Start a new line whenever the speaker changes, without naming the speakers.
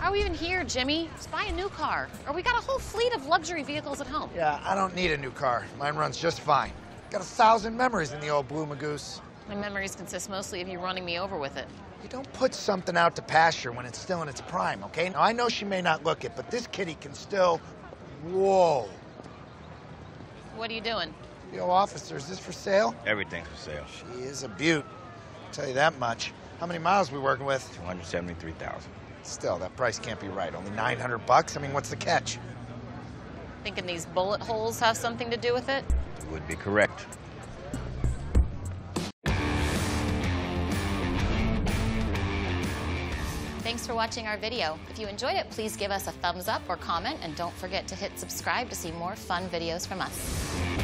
Are we even here, Jimmy? Let's buy a new car. Or we got a whole fleet of luxury vehicles at home.
Yeah, I don't need a new car. Mine runs just fine. Got a thousand memories in the old Blue Magoose.
My memories consist mostly of you running me over with it.
You don't put something out to pasture when it's still in its prime, okay? Now, I know she may not look it, but this kitty can still. Whoa.
What are you doing?
Yo, officer, is this for sale?
Everything's for sale.
She is a beaut. I'll tell you that much. How many miles we working with?
273,000.
Still, that price can't be right. Only 900 bucks? I mean, what's the catch?
Thinking these bullet holes have something to do with it?
You would be correct.
Thanks for watching our video. If you enjoyed it, please give us a thumbs up or comment, and don't forget to hit subscribe to see more fun videos from us.